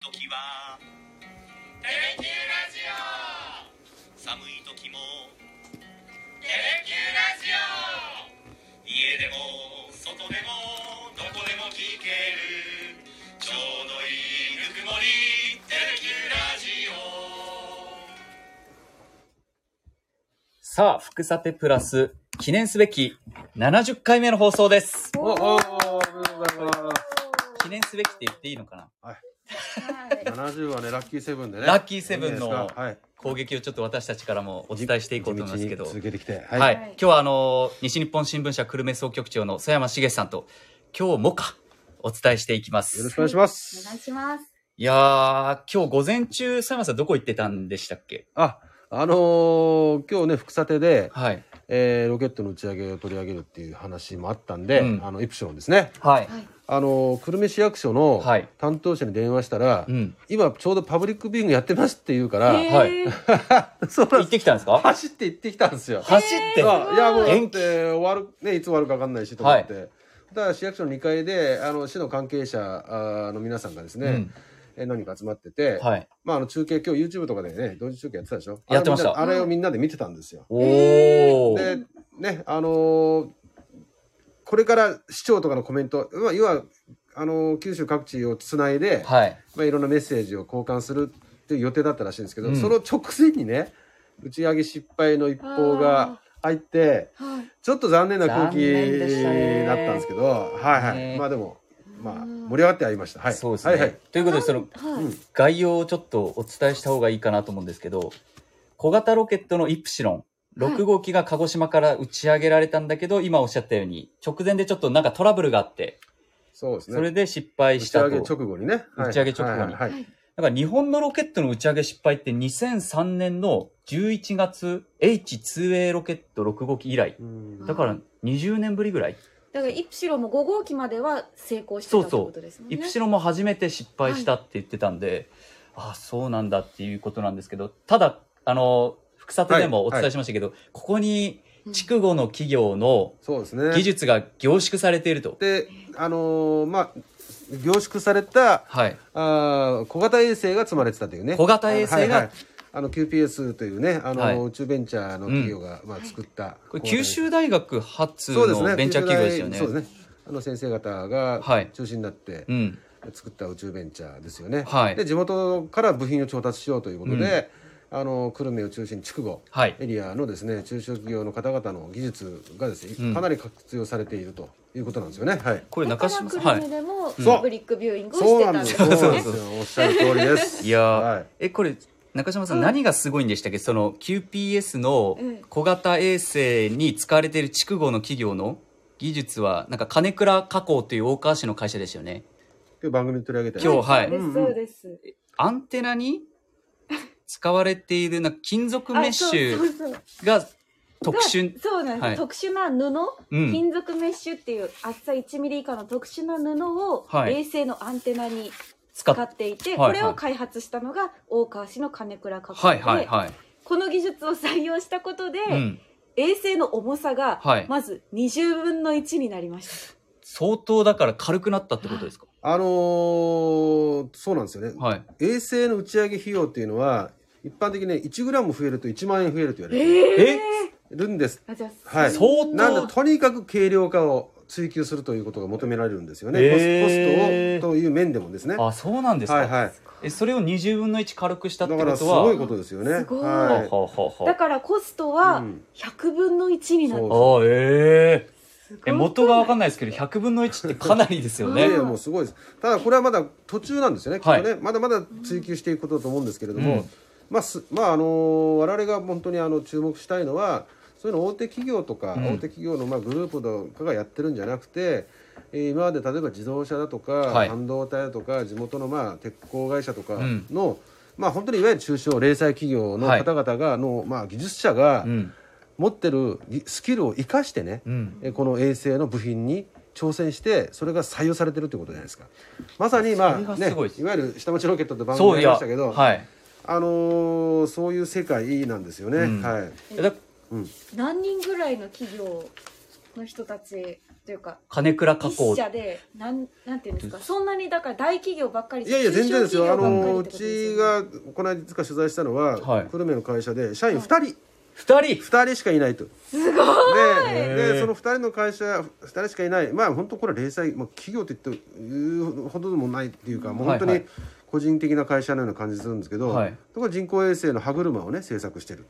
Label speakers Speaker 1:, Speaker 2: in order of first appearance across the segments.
Speaker 1: 時は
Speaker 2: テレキューラジオ
Speaker 1: 寒い時も
Speaker 2: テレキューラジオ
Speaker 1: 家でも外でもどこでも聞けるちょうどいいぬくもりテレキューラジオ
Speaker 3: さあ、福さてプラス、記念すべき70回目の放送です。
Speaker 4: おおおめでとうございま
Speaker 3: 記念すべきって言っていいのかな
Speaker 4: す。七十はねラッキーセブンでね。
Speaker 3: ラッキーセブンの
Speaker 4: いいんじゃないですかはい。
Speaker 3: 攻撃をちょっと私たちからもお伝えしていこうと思いますけど。
Speaker 4: 地道に
Speaker 3: は
Speaker 4: 続けてきて。
Speaker 3: い、
Speaker 4: はい。
Speaker 3: 今日はあのー、西日本新聞社久留米総局長の曽山茂さんと、今日もか、お伝えしていきま
Speaker 4: よろし
Speaker 3: す。
Speaker 4: くお願いします。
Speaker 5: お願いします。
Speaker 3: いやー、今日午前中、曽山さんどこ行ってたんでしたっけ
Speaker 4: あ、あのー今日ね福さてで、
Speaker 3: はい。
Speaker 4: えーロケットの打ち上げを取り上げるっていう話もあったんで、
Speaker 3: うん
Speaker 4: あのイプシロンですね。
Speaker 3: はい。
Speaker 4: あのー久留米市役所の
Speaker 3: はい
Speaker 4: 担当者に電話したら、
Speaker 3: うん。
Speaker 4: 今ちょうどパブリックビューイングやってますって言うから、
Speaker 3: ーはい
Speaker 5: えー
Speaker 4: そうなん
Speaker 3: 行
Speaker 4: で
Speaker 3: っ
Speaker 4: す。
Speaker 3: てきたんですか
Speaker 4: 走って行ってきたんですよ。
Speaker 3: 走って。
Speaker 4: あいやもうだっ
Speaker 3: 元気
Speaker 4: て終わるねいつ終わるか分かんないしと思って、だから市役所の2階であの市の関係者あーの皆さんがですね、
Speaker 3: うん
Speaker 4: え何人か集まってて、
Speaker 3: はい。
Speaker 4: まあ、あの中継今日 YouTube とかでね同時中継やってたでしょ
Speaker 3: やってました
Speaker 4: あれをみんなあれをみんなで見てたんですよ、
Speaker 3: おー。
Speaker 4: でねあのーこれから市長とかのコメント、まあ、要はあのー九州各地をつないで、
Speaker 3: はい。
Speaker 4: まあ、いろんなメッセージを交換するっていう予定だったらしいんですけど、
Speaker 3: うん
Speaker 4: その直前にね打ち上げ失敗の一報が入って
Speaker 5: はい。
Speaker 4: ちょっと残念な空
Speaker 3: 残
Speaker 4: 気
Speaker 3: 念でしたね
Speaker 4: だったんですけど、はいはい、
Speaker 3: ね
Speaker 4: まあでも、まあ、
Speaker 5: うん
Speaker 4: 盛り上がってはいました。はい、
Speaker 3: そうですね。
Speaker 4: はいはい、
Speaker 3: ということで、その、
Speaker 5: はい。
Speaker 4: うん
Speaker 3: 概要をちょっとお伝えした方がいいかなと思うんですけど、小型ロケットのイプシロン、
Speaker 5: はい
Speaker 3: 6号機が鹿児島から打ち上げられたんだけど、今おっしゃったように、直前でちょっとなんかトラブルがあって、
Speaker 4: そうですね。
Speaker 3: それで失敗
Speaker 4: 打
Speaker 3: し
Speaker 4: ち
Speaker 3: た
Speaker 4: 上
Speaker 3: と。だ
Speaker 4: げ
Speaker 3: か
Speaker 4: 直後にね。はい
Speaker 3: 打ち上げ直後に
Speaker 4: はいはいはい
Speaker 5: はい
Speaker 3: ら日本のロケットの打ち上げ失敗って2003年の11月 H2A ロケット6号機以来。
Speaker 4: うん
Speaker 3: だから20年ぶりぐらい。
Speaker 5: だからイプシロンも5号機までは成功してたってことですもんね。
Speaker 3: イプシロンも初めて失敗したって言ってたんで、ああそうなんだっていうことなんですけどただあの副査定でもお伝えしましたけど、ここに筑後の企業の
Speaker 4: そうですね。
Speaker 3: 技術が凝縮されていると、
Speaker 4: で、あのーまあ、凝縮された、
Speaker 3: はい、
Speaker 4: あー小型衛星が積まれてたというね。
Speaker 3: 小型衛星が
Speaker 4: あのはいはいあの QPS というね、あのー
Speaker 3: はい
Speaker 4: 宇宙ベンチャーの企業が、まあ、作った
Speaker 3: これ九州大学発
Speaker 4: そうですね
Speaker 3: のベンチャー企業ですよね
Speaker 4: そうですねあの先生方が
Speaker 3: はい
Speaker 4: 中心になって、
Speaker 3: うん
Speaker 4: 作った宇宙ベンチャーですよね、
Speaker 3: はい
Speaker 4: で地元から部品を調達しようということで、あの久留米を中心に筑後
Speaker 3: はい
Speaker 4: エリアのですね中小企業の方々の技術がですね、
Speaker 3: うん
Speaker 4: かなり活用されているということなんですよね。はい、
Speaker 3: これ
Speaker 5: だか
Speaker 3: 中島
Speaker 5: ら
Speaker 3: さん
Speaker 5: 久
Speaker 3: は
Speaker 5: 留米
Speaker 3: い
Speaker 5: でも
Speaker 4: ん
Speaker 5: パブリックビューイングをし
Speaker 4: そう
Speaker 5: て
Speaker 4: な
Speaker 5: た
Speaker 4: ん
Speaker 5: んで
Speaker 4: で
Speaker 5: すす
Speaker 4: よ。そうなんで
Speaker 5: ね。
Speaker 4: すよ。おっしゃる通りで す。
Speaker 3: いやー、
Speaker 4: はい
Speaker 3: えこれ中島さん何がすごいんでしたっけその QPS の
Speaker 5: うん
Speaker 3: 小型衛星に使われている筑後の企業の技術はなんか金倉加工という大川市の会社ですよね
Speaker 4: 今日番組に取り上げたよ
Speaker 3: 今日はい
Speaker 5: そうですそうです。
Speaker 3: アンテナに使われているなんか金属メッシ
Speaker 5: あそう
Speaker 3: ュ
Speaker 5: そうそう
Speaker 3: が特殊
Speaker 5: がそうなん
Speaker 3: は
Speaker 5: で
Speaker 3: い
Speaker 5: す。特殊な布、
Speaker 3: うん
Speaker 5: 金属メッシュっていう厚さ1ミリ以下の特殊な布を
Speaker 3: はい
Speaker 5: 衛星のアンテナに
Speaker 3: 使
Speaker 5: 使
Speaker 3: っ
Speaker 5: ってい
Speaker 3: は
Speaker 5: て、
Speaker 3: いは
Speaker 5: こ
Speaker 3: い
Speaker 5: れを開発したのが大川市の金倉加工
Speaker 3: はい
Speaker 5: で、
Speaker 3: はいはい、
Speaker 5: この技術を採用したことで、
Speaker 3: うん、
Speaker 5: 衛星の重さが
Speaker 3: はい
Speaker 5: まず20分の1になりました、
Speaker 3: 相当だから軽くなったってことですか
Speaker 4: あのーそうなんですよね、
Speaker 3: はい
Speaker 4: 衛星の打ち上げ費用っていうのは一般的にね1グラム増えると1万円増えると言われて
Speaker 3: え
Speaker 4: るんです
Speaker 5: あじゃあ、
Speaker 4: はい、
Speaker 3: 相当
Speaker 4: なんでとにかく軽量化を追求するということが求められるんですよね、
Speaker 3: えー
Speaker 4: コスコストをという面でもですね。は
Speaker 3: あそうなんで
Speaker 4: い
Speaker 3: すか、
Speaker 4: はい、
Speaker 3: えそれを20分の1軽くした
Speaker 4: だ
Speaker 3: って
Speaker 4: か
Speaker 3: こ
Speaker 4: らす
Speaker 3: とは
Speaker 4: ごいことですよね。
Speaker 5: すごい
Speaker 3: はあ
Speaker 4: は
Speaker 3: はあはあはあ
Speaker 5: だからコストは
Speaker 4: うん
Speaker 5: 100分の1になる、
Speaker 4: そう
Speaker 3: あええ
Speaker 5: すごい
Speaker 3: え元が分かんないですけど100分の1ってかなりですよ
Speaker 4: い、
Speaker 3: ね
Speaker 4: いやいやもうすごいですただこれはまだ途中なんですよね,、
Speaker 3: はい
Speaker 4: ねまだまだ追求していくことだと思うんですけれども、
Speaker 3: うん
Speaker 4: まあすまああのー我々が本当にあの注目したいのはそういうの大手企業とか、
Speaker 3: うん
Speaker 4: 大手企業のまあグループとかがやってるんじゃなくて、えー今まで例えば自動車だとか、
Speaker 3: はい
Speaker 4: 半導体だとか地元のまあ鉄鋼会社とか
Speaker 3: うん
Speaker 4: の、まあ本当にいわゆる中小零細企業の
Speaker 3: はい
Speaker 4: 方々がの、まあ技術者が
Speaker 3: うん
Speaker 4: 持ってるぎスキルを生かしてね、
Speaker 3: うん
Speaker 4: えーこの衛星の部品に挑戦してそれが採用されてるということじゃないですかまさにま
Speaker 3: それが
Speaker 4: あ、
Speaker 3: す
Speaker 4: ね、
Speaker 3: ごいです
Speaker 4: いわゆる下町ロケットって番組
Speaker 3: そ
Speaker 4: で
Speaker 3: うい
Speaker 4: やりま
Speaker 3: や
Speaker 4: したけど、
Speaker 3: はい
Speaker 4: あのーそういう世界なんですよね、
Speaker 3: うん
Speaker 4: はい
Speaker 3: だ
Speaker 5: 何人ぐらいの企業の人たちというか
Speaker 3: 金倉加工
Speaker 5: 一社でなんなんていうんですかそんなにだから大企業ばっかり
Speaker 4: いやいや、全然ですよ。あ
Speaker 5: 中小企業ばっ
Speaker 4: の、う
Speaker 5: かりってことです
Speaker 4: ち
Speaker 5: よね
Speaker 4: が、この間いつか取材したのは、
Speaker 3: はい
Speaker 4: 久留米の会社で、社員2人、
Speaker 3: 二人
Speaker 4: 2人しかいないと。
Speaker 5: すごい
Speaker 4: で
Speaker 3: へー
Speaker 4: でその2人の会社2人しかいないまあ本当これは零細、まあ、企業と言っていうほどでもないっていうか、もう本当
Speaker 3: はい
Speaker 4: に
Speaker 3: はい
Speaker 4: 個人的な会社のような感じするんですけど、
Speaker 3: はい
Speaker 4: とか人工衛星の歯車をね制作してる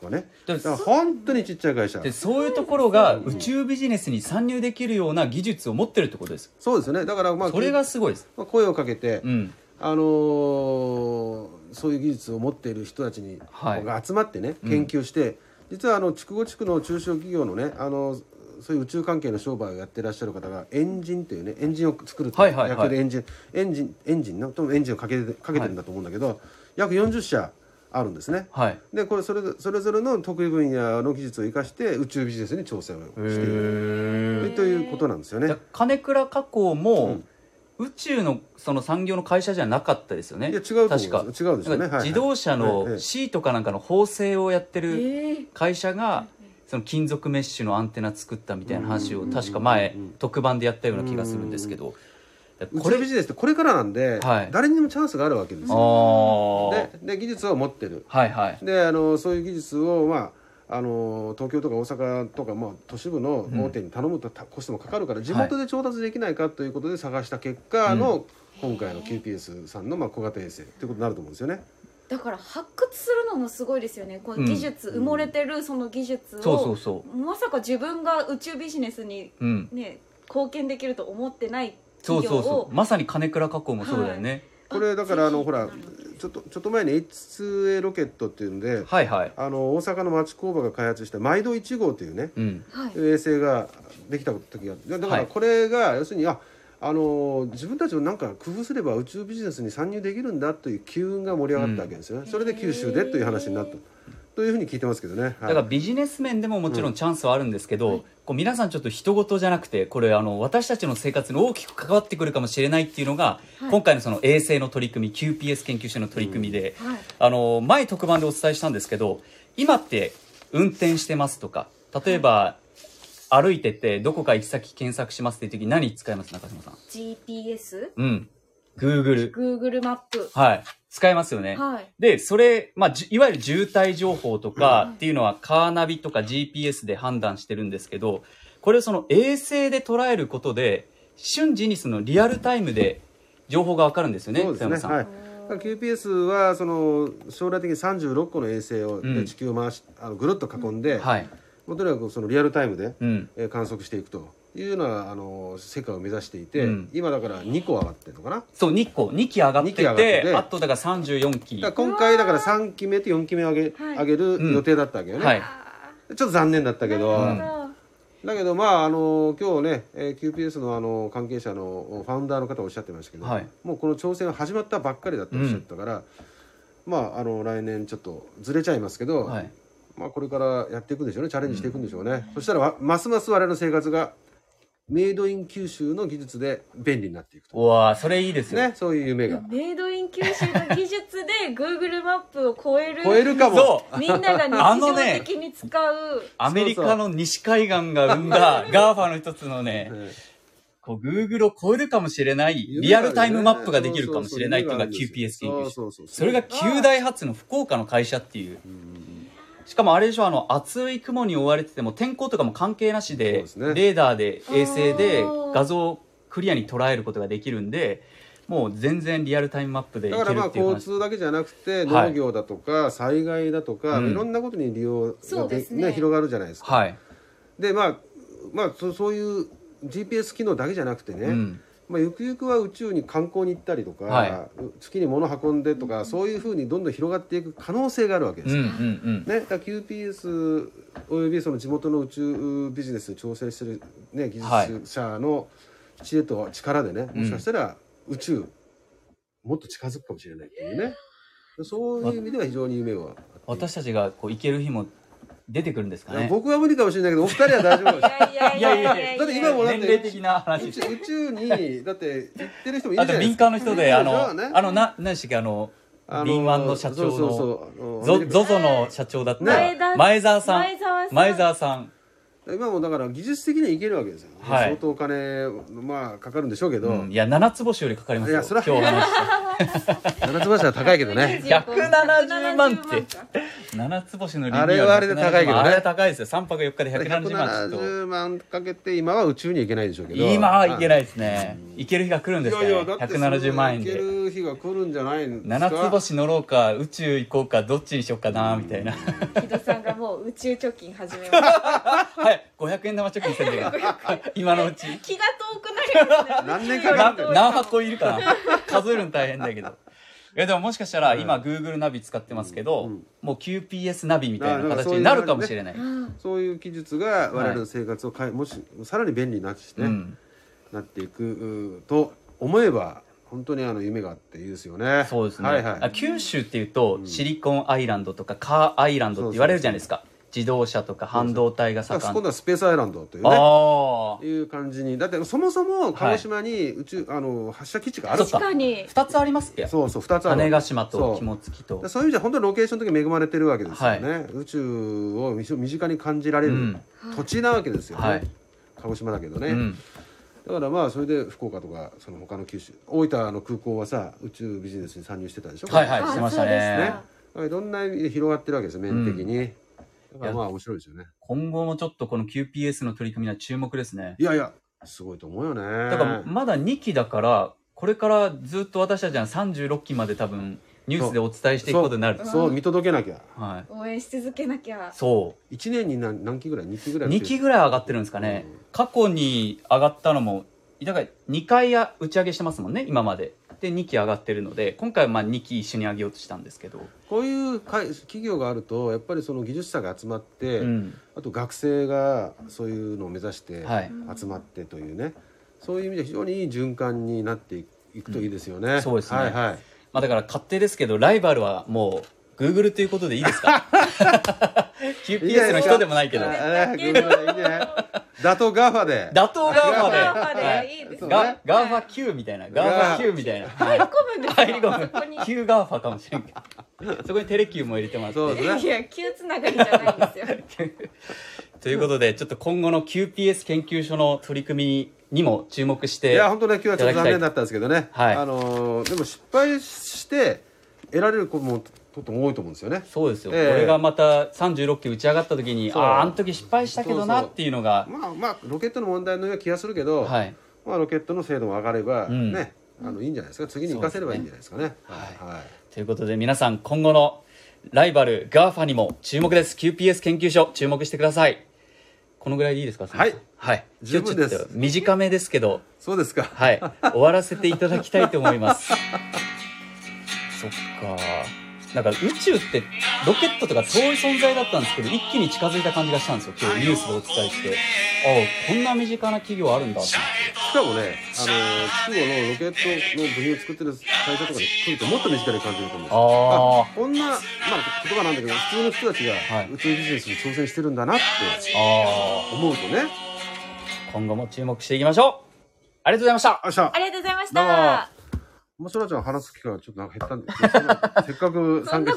Speaker 4: とかね
Speaker 3: で
Speaker 4: だから本当にちっちゃい会社
Speaker 3: でそういうところが宇宙ビジネスに参入できるような技術を持ってるってことです
Speaker 4: そうですよねだからまあ
Speaker 3: それがすごいです
Speaker 4: まあ声をかけて、
Speaker 3: うん
Speaker 4: あのーそういう技術を持っている人たちに、
Speaker 3: はい
Speaker 4: が集まってね
Speaker 3: うん
Speaker 4: 研究して、実はあの筑後地区の中小企業のねあのそういう宇宙関係の商売をやってらっしゃる方がエンジンというねエンジンを作るって
Speaker 3: はいはいはい
Speaker 4: 野球でエンジンエンジンエンジンのともエンジンをかけてかけてるんだと思うんだけど、約40社あるんですね。
Speaker 3: はい
Speaker 4: でこれそれぞそれぞれの得意分野の技術を生かして宇宙ビジネスに挑戦をしている
Speaker 3: へ
Speaker 4: ということなんですよ
Speaker 3: え
Speaker 4: ね。
Speaker 3: 金倉加工も、宇宙のその産業の会社じゃなかったですよね
Speaker 4: いや違うと思うんで
Speaker 3: 確
Speaker 4: す
Speaker 3: か
Speaker 4: 違うでしょうね
Speaker 3: なんか
Speaker 4: はいはい
Speaker 3: 自動車
Speaker 4: えええ
Speaker 3: の
Speaker 4: え
Speaker 3: C とかなんかの縫製をやって
Speaker 5: え
Speaker 3: る
Speaker 5: ー
Speaker 3: 会社がその金属メッシュのアンテナ作ったみたいな話を確か前
Speaker 4: うんうんうん
Speaker 3: 特番でやったような気がするんですけど
Speaker 4: 宇
Speaker 3: こ
Speaker 4: 宙
Speaker 3: れ
Speaker 4: ビジネスってこれからなんで、
Speaker 3: はい
Speaker 4: 誰にでもチャンスがあるわけです
Speaker 3: あ
Speaker 4: よ。
Speaker 3: あは
Speaker 4: でで技術を持ってる
Speaker 3: いはい
Speaker 4: であのそういう技術を、まあ、あの東京とか大阪とか、まあ、都市部の大手に頼むとたコストもかかるから地元で調達できないかということで探した結果の、今回の QPS さんの、まあ、小型衛星ということになると思うんですよね。
Speaker 5: だから発掘するのもすごいですよねこの技術、埋もれてるその技術を
Speaker 3: そうそうそ
Speaker 5: まさか自分が宇宙ビジネスに
Speaker 3: ううん
Speaker 5: ね貢献できると思ってない
Speaker 3: そう
Speaker 5: 企業
Speaker 3: そう
Speaker 5: を
Speaker 3: そうまさに金倉加工もそうだよね
Speaker 4: これだからあのほら
Speaker 5: ぜひ
Speaker 4: ちょっとちょっと前に H2A ロケットっていうんで、
Speaker 3: はいはい
Speaker 4: あの大阪の町工場が開発した「毎度1号」というね
Speaker 3: うん
Speaker 5: はい
Speaker 4: 衛星ができた時があってだか
Speaker 3: は
Speaker 4: ら
Speaker 3: い
Speaker 4: これが要するにああの自分たちもなんか工夫すれば宇宙ビジネスに参入できるんだという機運が盛り上がったわけですよね、それで九州でという話になったというふうに聞いてますけどね、
Speaker 3: だ
Speaker 4: はい
Speaker 3: からビジネス面でももちろんチャンスはあるんですけど、こう皆さんちょっと人事じゃなくてこれあの私たちの生活に大きく関わってくるかもしれないっていうのが、
Speaker 5: はい
Speaker 3: 今回のその衛星の取り組み QPS 研究所の取り組みで、
Speaker 5: はい
Speaker 3: あの前特番でお伝えしたんですけど今って運転してますとか例えば歩いててどこか行き先検索しますっていう時何使います中島さん
Speaker 5: GPS
Speaker 3: うん。Google。
Speaker 5: Google マップ
Speaker 3: はい。使いますよね。
Speaker 5: はい
Speaker 3: で、それ、まあ、じゅいわゆる渋滞情報と
Speaker 5: う
Speaker 3: か
Speaker 5: ん
Speaker 3: っていうのはカーナビとか GPS で判断してるんですけど、これをその衛星で捉えることで、瞬時にそのリアルタイムで情報がわかるんですよね、
Speaker 4: そうです
Speaker 3: 田
Speaker 4: ね
Speaker 3: 山さん。
Speaker 4: はいだから QPS はその将来的に36個の衛星を
Speaker 3: うん
Speaker 4: で地球を回し、あのぐるっと囲んで、
Speaker 3: はい。
Speaker 4: もうとにかくそのリアルタイムで
Speaker 3: うん。
Speaker 4: えー観測していくというようなあの世界を目指していて、
Speaker 3: うん
Speaker 4: 今だから2個上がってるのかな
Speaker 3: そう、2個、2機上がってて、
Speaker 4: 二機上がってて
Speaker 3: あとだから34機。
Speaker 4: だから今回だから3期目と4期目を上げ,、
Speaker 5: はい
Speaker 4: 上げる予定だったわけよね、
Speaker 3: はい。
Speaker 4: ちょっと残念だったけど、
Speaker 5: なる
Speaker 4: だけどまああの今日ね、えー QPS のあの関係者のファウンダーの方おっしゃってましたけど、
Speaker 3: はい
Speaker 4: もうこの挑戦は始まったばっかりだとおっしゃったから、まああの来年ちょっとずれちゃいますけど、
Speaker 3: はい。
Speaker 4: まあこれからやっていくんでしょうねチャレンジしていくんでしょうね、そしたらわますます我々の生活がメイドイン九州の技術で便利になっていくと
Speaker 3: うわーそれいいですよ。
Speaker 4: ねそういう夢
Speaker 5: ほ
Speaker 4: が
Speaker 5: どメイドイン九州の技術で Google マップを超える
Speaker 4: 超えるかも
Speaker 3: そう
Speaker 5: みんなが
Speaker 3: あ
Speaker 5: 日
Speaker 3: の
Speaker 5: 常
Speaker 3: ね
Speaker 5: 的に使う
Speaker 3: アメリカの西海岸が生んだ GAFA の一つのね、
Speaker 4: ええ
Speaker 3: こう Google を超えるかもしれない、
Speaker 4: 夢
Speaker 3: リ
Speaker 4: が
Speaker 3: ア
Speaker 4: ある
Speaker 3: ル
Speaker 4: よ
Speaker 3: タ
Speaker 4: ね
Speaker 3: イムマップができるかもしれないっていうのが
Speaker 4: そうそうそう
Speaker 3: QPS 研究所。
Speaker 4: そうそうそう
Speaker 3: それが旧大発の福岡の会社っていう。しかもあれでしょ、あの、厚い雲に覆われてても天候とかも関係なし
Speaker 4: そう
Speaker 3: で
Speaker 4: で、すね
Speaker 3: レーダーで衛星で
Speaker 5: あー
Speaker 3: 画像をクリアに捉えることができるんで、もう全然リアルタイムマップでいけ
Speaker 4: だ
Speaker 3: るっ
Speaker 4: からまあ
Speaker 3: ていう
Speaker 4: 交
Speaker 3: 話。
Speaker 4: 通だけじゃなくて
Speaker 3: はい
Speaker 4: 農業だとか災害だとか、
Speaker 3: うん
Speaker 4: いろんなことに利用
Speaker 5: そ
Speaker 4: が
Speaker 5: うで
Speaker 4: です
Speaker 5: ね
Speaker 4: ね、広がるじゃないですか。
Speaker 3: はい。
Speaker 4: でまあまあそそういう GPS 機能だけじゃなくてね、
Speaker 3: うん。
Speaker 4: まあ、ゆくゆくは宇宙に観光に行ったりとか、
Speaker 3: は
Speaker 4: 月に物運んでとか、そういうふうにどんどん広がっていく可能性があるわけで
Speaker 3: うんう
Speaker 4: す。
Speaker 3: んうん。
Speaker 4: ね、だから QPS およびその地元の宇宙ビジネスに挑戦してる、ね、技術者の知恵と力でね、もしかしたら宇宙もっと近づくかもしれないっていうね、そういう意味では非常に夢はあって
Speaker 3: 私たちがこう行ける日も出てくるんですか
Speaker 4: いや
Speaker 3: ね。
Speaker 4: 僕は無理かもしれないけどお二人は大丈夫かもしれない
Speaker 5: いやいやいやいやいや
Speaker 4: だって今もだって
Speaker 3: 年齢的な話
Speaker 4: 宇宙宇宙にだって行ってる人もいる
Speaker 3: あ
Speaker 4: じゃ
Speaker 3: と
Speaker 4: ないで
Speaker 3: 民
Speaker 4: すか。
Speaker 3: 間の人で、あの、
Speaker 4: ね
Speaker 3: あの、な、何でしたっけ、あの、
Speaker 4: あ
Speaker 3: 敏腕の社長の
Speaker 4: そうそうそうあの
Speaker 3: ゾゾゾの社長だった
Speaker 4: ね
Speaker 3: 前澤さん
Speaker 5: 前澤さん
Speaker 3: 前澤さん
Speaker 4: 今もだから技術的にはいけるわけですよね、
Speaker 3: はい
Speaker 4: 相当お金まあかかるんでしょうけど、
Speaker 3: うん、いや七つ星よりかかりますよ
Speaker 4: いやそれは
Speaker 3: 今日話した
Speaker 4: 七つ橋は高いけどね
Speaker 3: 170万って七つ星のリニューアル
Speaker 4: あれはあれで高いけどね
Speaker 3: あれは高いですよ3泊4日で170万ちょっと
Speaker 4: 170万かけて今は宇宙に行けないでしょうけど
Speaker 3: 今はいけないいですね行ける日が来るんですかね
Speaker 4: いやいやだってそれ
Speaker 3: 170万円
Speaker 4: 行け
Speaker 3: で
Speaker 4: る日が来るんじゃないんですか
Speaker 3: 七つ星乗ろうか宇宙行こうかどっちにしようかなみたい な
Speaker 5: 木戸さんがもう宇宙貯金始めました
Speaker 3: はい500円玉貯金してる今のうち
Speaker 5: 気が遠くなりま
Speaker 4: 何
Speaker 5: す
Speaker 4: 年
Speaker 5: ね
Speaker 4: かか
Speaker 3: な
Speaker 4: るの
Speaker 3: 何箱いるかな数えるの大変だけどいやでももしかしたら今 Google ナビ使ってますけど、
Speaker 4: うん
Speaker 3: もう QPS ナビみたいな
Speaker 4: あなんか
Speaker 3: 形
Speaker 4: そういう
Speaker 3: になるかもしれない
Speaker 4: そういう技術が我々の生活を変え、もしさらに便利になってして、
Speaker 3: うん、
Speaker 4: なっていくうと思えば本当にあの夢があっていいですよね
Speaker 3: そうですね、
Speaker 4: はいは
Speaker 3: あ
Speaker 4: い
Speaker 3: 九州っていうとシリコンアイランドとかカーアイランドって言われるじゃないですか自動車とか半導体が
Speaker 4: だから
Speaker 3: 盛ん
Speaker 4: 今度はスペースアイランドというね
Speaker 3: あ
Speaker 4: いう感じにだってそもそも鹿児島に宇宙、あの発射基地がある
Speaker 3: そ
Speaker 5: 確かに
Speaker 3: あ2つありますっけ
Speaker 4: そうそう2つある
Speaker 3: 種子島と
Speaker 4: そう
Speaker 3: 肝付と
Speaker 4: そういう意味じゃ本当にロケーション的に恵まれてるわけですよね、宇宙をみし身近に感じられ
Speaker 3: う
Speaker 4: る
Speaker 3: ん
Speaker 4: 土地なわけですよね、
Speaker 3: はい
Speaker 4: 鹿児島だけどね、
Speaker 3: うん
Speaker 4: だからまあそれで福岡とかその他の九州大分の空港はさ宇宙ビジネスに参入してたでしょ
Speaker 3: はいはい
Speaker 5: あ
Speaker 3: してました
Speaker 5: そうです
Speaker 3: ね
Speaker 5: ね
Speaker 4: ね、いろんな意味で広がってるわけですよ面的に、だからまあ面白いですよね
Speaker 3: 今後もちょっとこの QPS の取り組みには注目ですね
Speaker 4: いやいやすごいと思うよねだ
Speaker 3: だからまだ2期だからこれからずっと私たちは36期まで多分ニュースでお伝えしていくことになる
Speaker 5: う
Speaker 4: そう見届けなきゃ
Speaker 3: はい
Speaker 5: 応援し続けなきゃ
Speaker 3: そ
Speaker 4: 1年に何何期ぐらい2期ぐ
Speaker 3: う
Speaker 4: らい
Speaker 3: 2期ぐらい上がってるんですかね過去に上がったのもだから2回や打ち上げしてますもんね今までで2期上がってるので今回はまあ2期一緒に上げようとしたんですけど、
Speaker 4: こういう会企業があるとやっぱりその技術者が集まって、
Speaker 3: うん、
Speaker 4: あと学生がそういうのを目指して
Speaker 3: はい
Speaker 4: 集まってというね、そういう意味で非常にいい循環になっていくいくといいですよね、
Speaker 3: んそうですね
Speaker 4: はいはい
Speaker 3: まあ、だから勝手ですけどライバルはもう Google ということでいいです か QPS の人でもないけど
Speaker 4: あ
Speaker 3: 打
Speaker 4: あごめんなさいいいね打倒ガファで
Speaker 3: 倒側まで
Speaker 5: ガーファで
Speaker 3: はい
Speaker 5: いいです
Speaker 4: そう
Speaker 5: ね
Speaker 3: ガガーファ Q みたいなガーファ Q みたいな
Speaker 5: 入り込むんですか
Speaker 3: 入り込む
Speaker 5: そこに
Speaker 3: Q ガーファかもしれんけどそこにテレキューも入れてもらって
Speaker 4: そうですね
Speaker 5: いや急つながりじゃないんですよ
Speaker 3: ということでちょっと今後の QPS 研究所の取り組みにも注目し
Speaker 4: い
Speaker 3: て
Speaker 4: や本当ね今日はちょっと残念だったんですけどね、
Speaker 3: はい
Speaker 4: あのーでも失敗して得られることもとっても多いと思うんですよね
Speaker 3: そうですよ、
Speaker 4: ええ
Speaker 3: これがまた36期打ち上がった時にあ
Speaker 4: そう
Speaker 3: ああの時失敗したけどな
Speaker 4: そうそう
Speaker 3: っていうのが
Speaker 4: まあまあロケットの問題のような気がするけど、
Speaker 3: はい
Speaker 4: まあ、ロケットの精度も上がれば、
Speaker 3: うん
Speaker 4: ねあのいいんじゃないですか次に生かせればいいんじゃないですかねはい、はい
Speaker 3: ということで皆さん今後のライバルガーファにも注目です QPS 研究所注目してくださいこのぐらいでいいですか
Speaker 4: はい
Speaker 3: はい
Speaker 4: 十分です
Speaker 3: 今日ちょっと短めですけど
Speaker 4: そうですか
Speaker 3: はい、終わらせていただきたいと思い ます。そっか。なんか宇宙ってロケットとか遠い存在だったんですけど、一気に近づいた感じがしたんですよ。今日ニュースでお伝えして。ああ、こんな身近な企業 あるんだって。
Speaker 4: しかもね、あのー、筑後のロケットの部品を作ってる会社とかに来るともっと身近に感じると思うんですよ
Speaker 3: あ
Speaker 4: こんな、まあ、言葉なんだけど普通の人たちが
Speaker 3: はい
Speaker 4: 宇宙ビジネスに挑戦してるんだなって
Speaker 3: あ、あ
Speaker 4: 思うとね、
Speaker 3: あ、今後も注目していきましょう。ありがとうございました。
Speaker 4: あした
Speaker 5: ありがとうございまし
Speaker 3: どうも
Speaker 5: た
Speaker 4: もうそらちゃん話す機会がちょっとなんか減ったんですけどせっかく参加して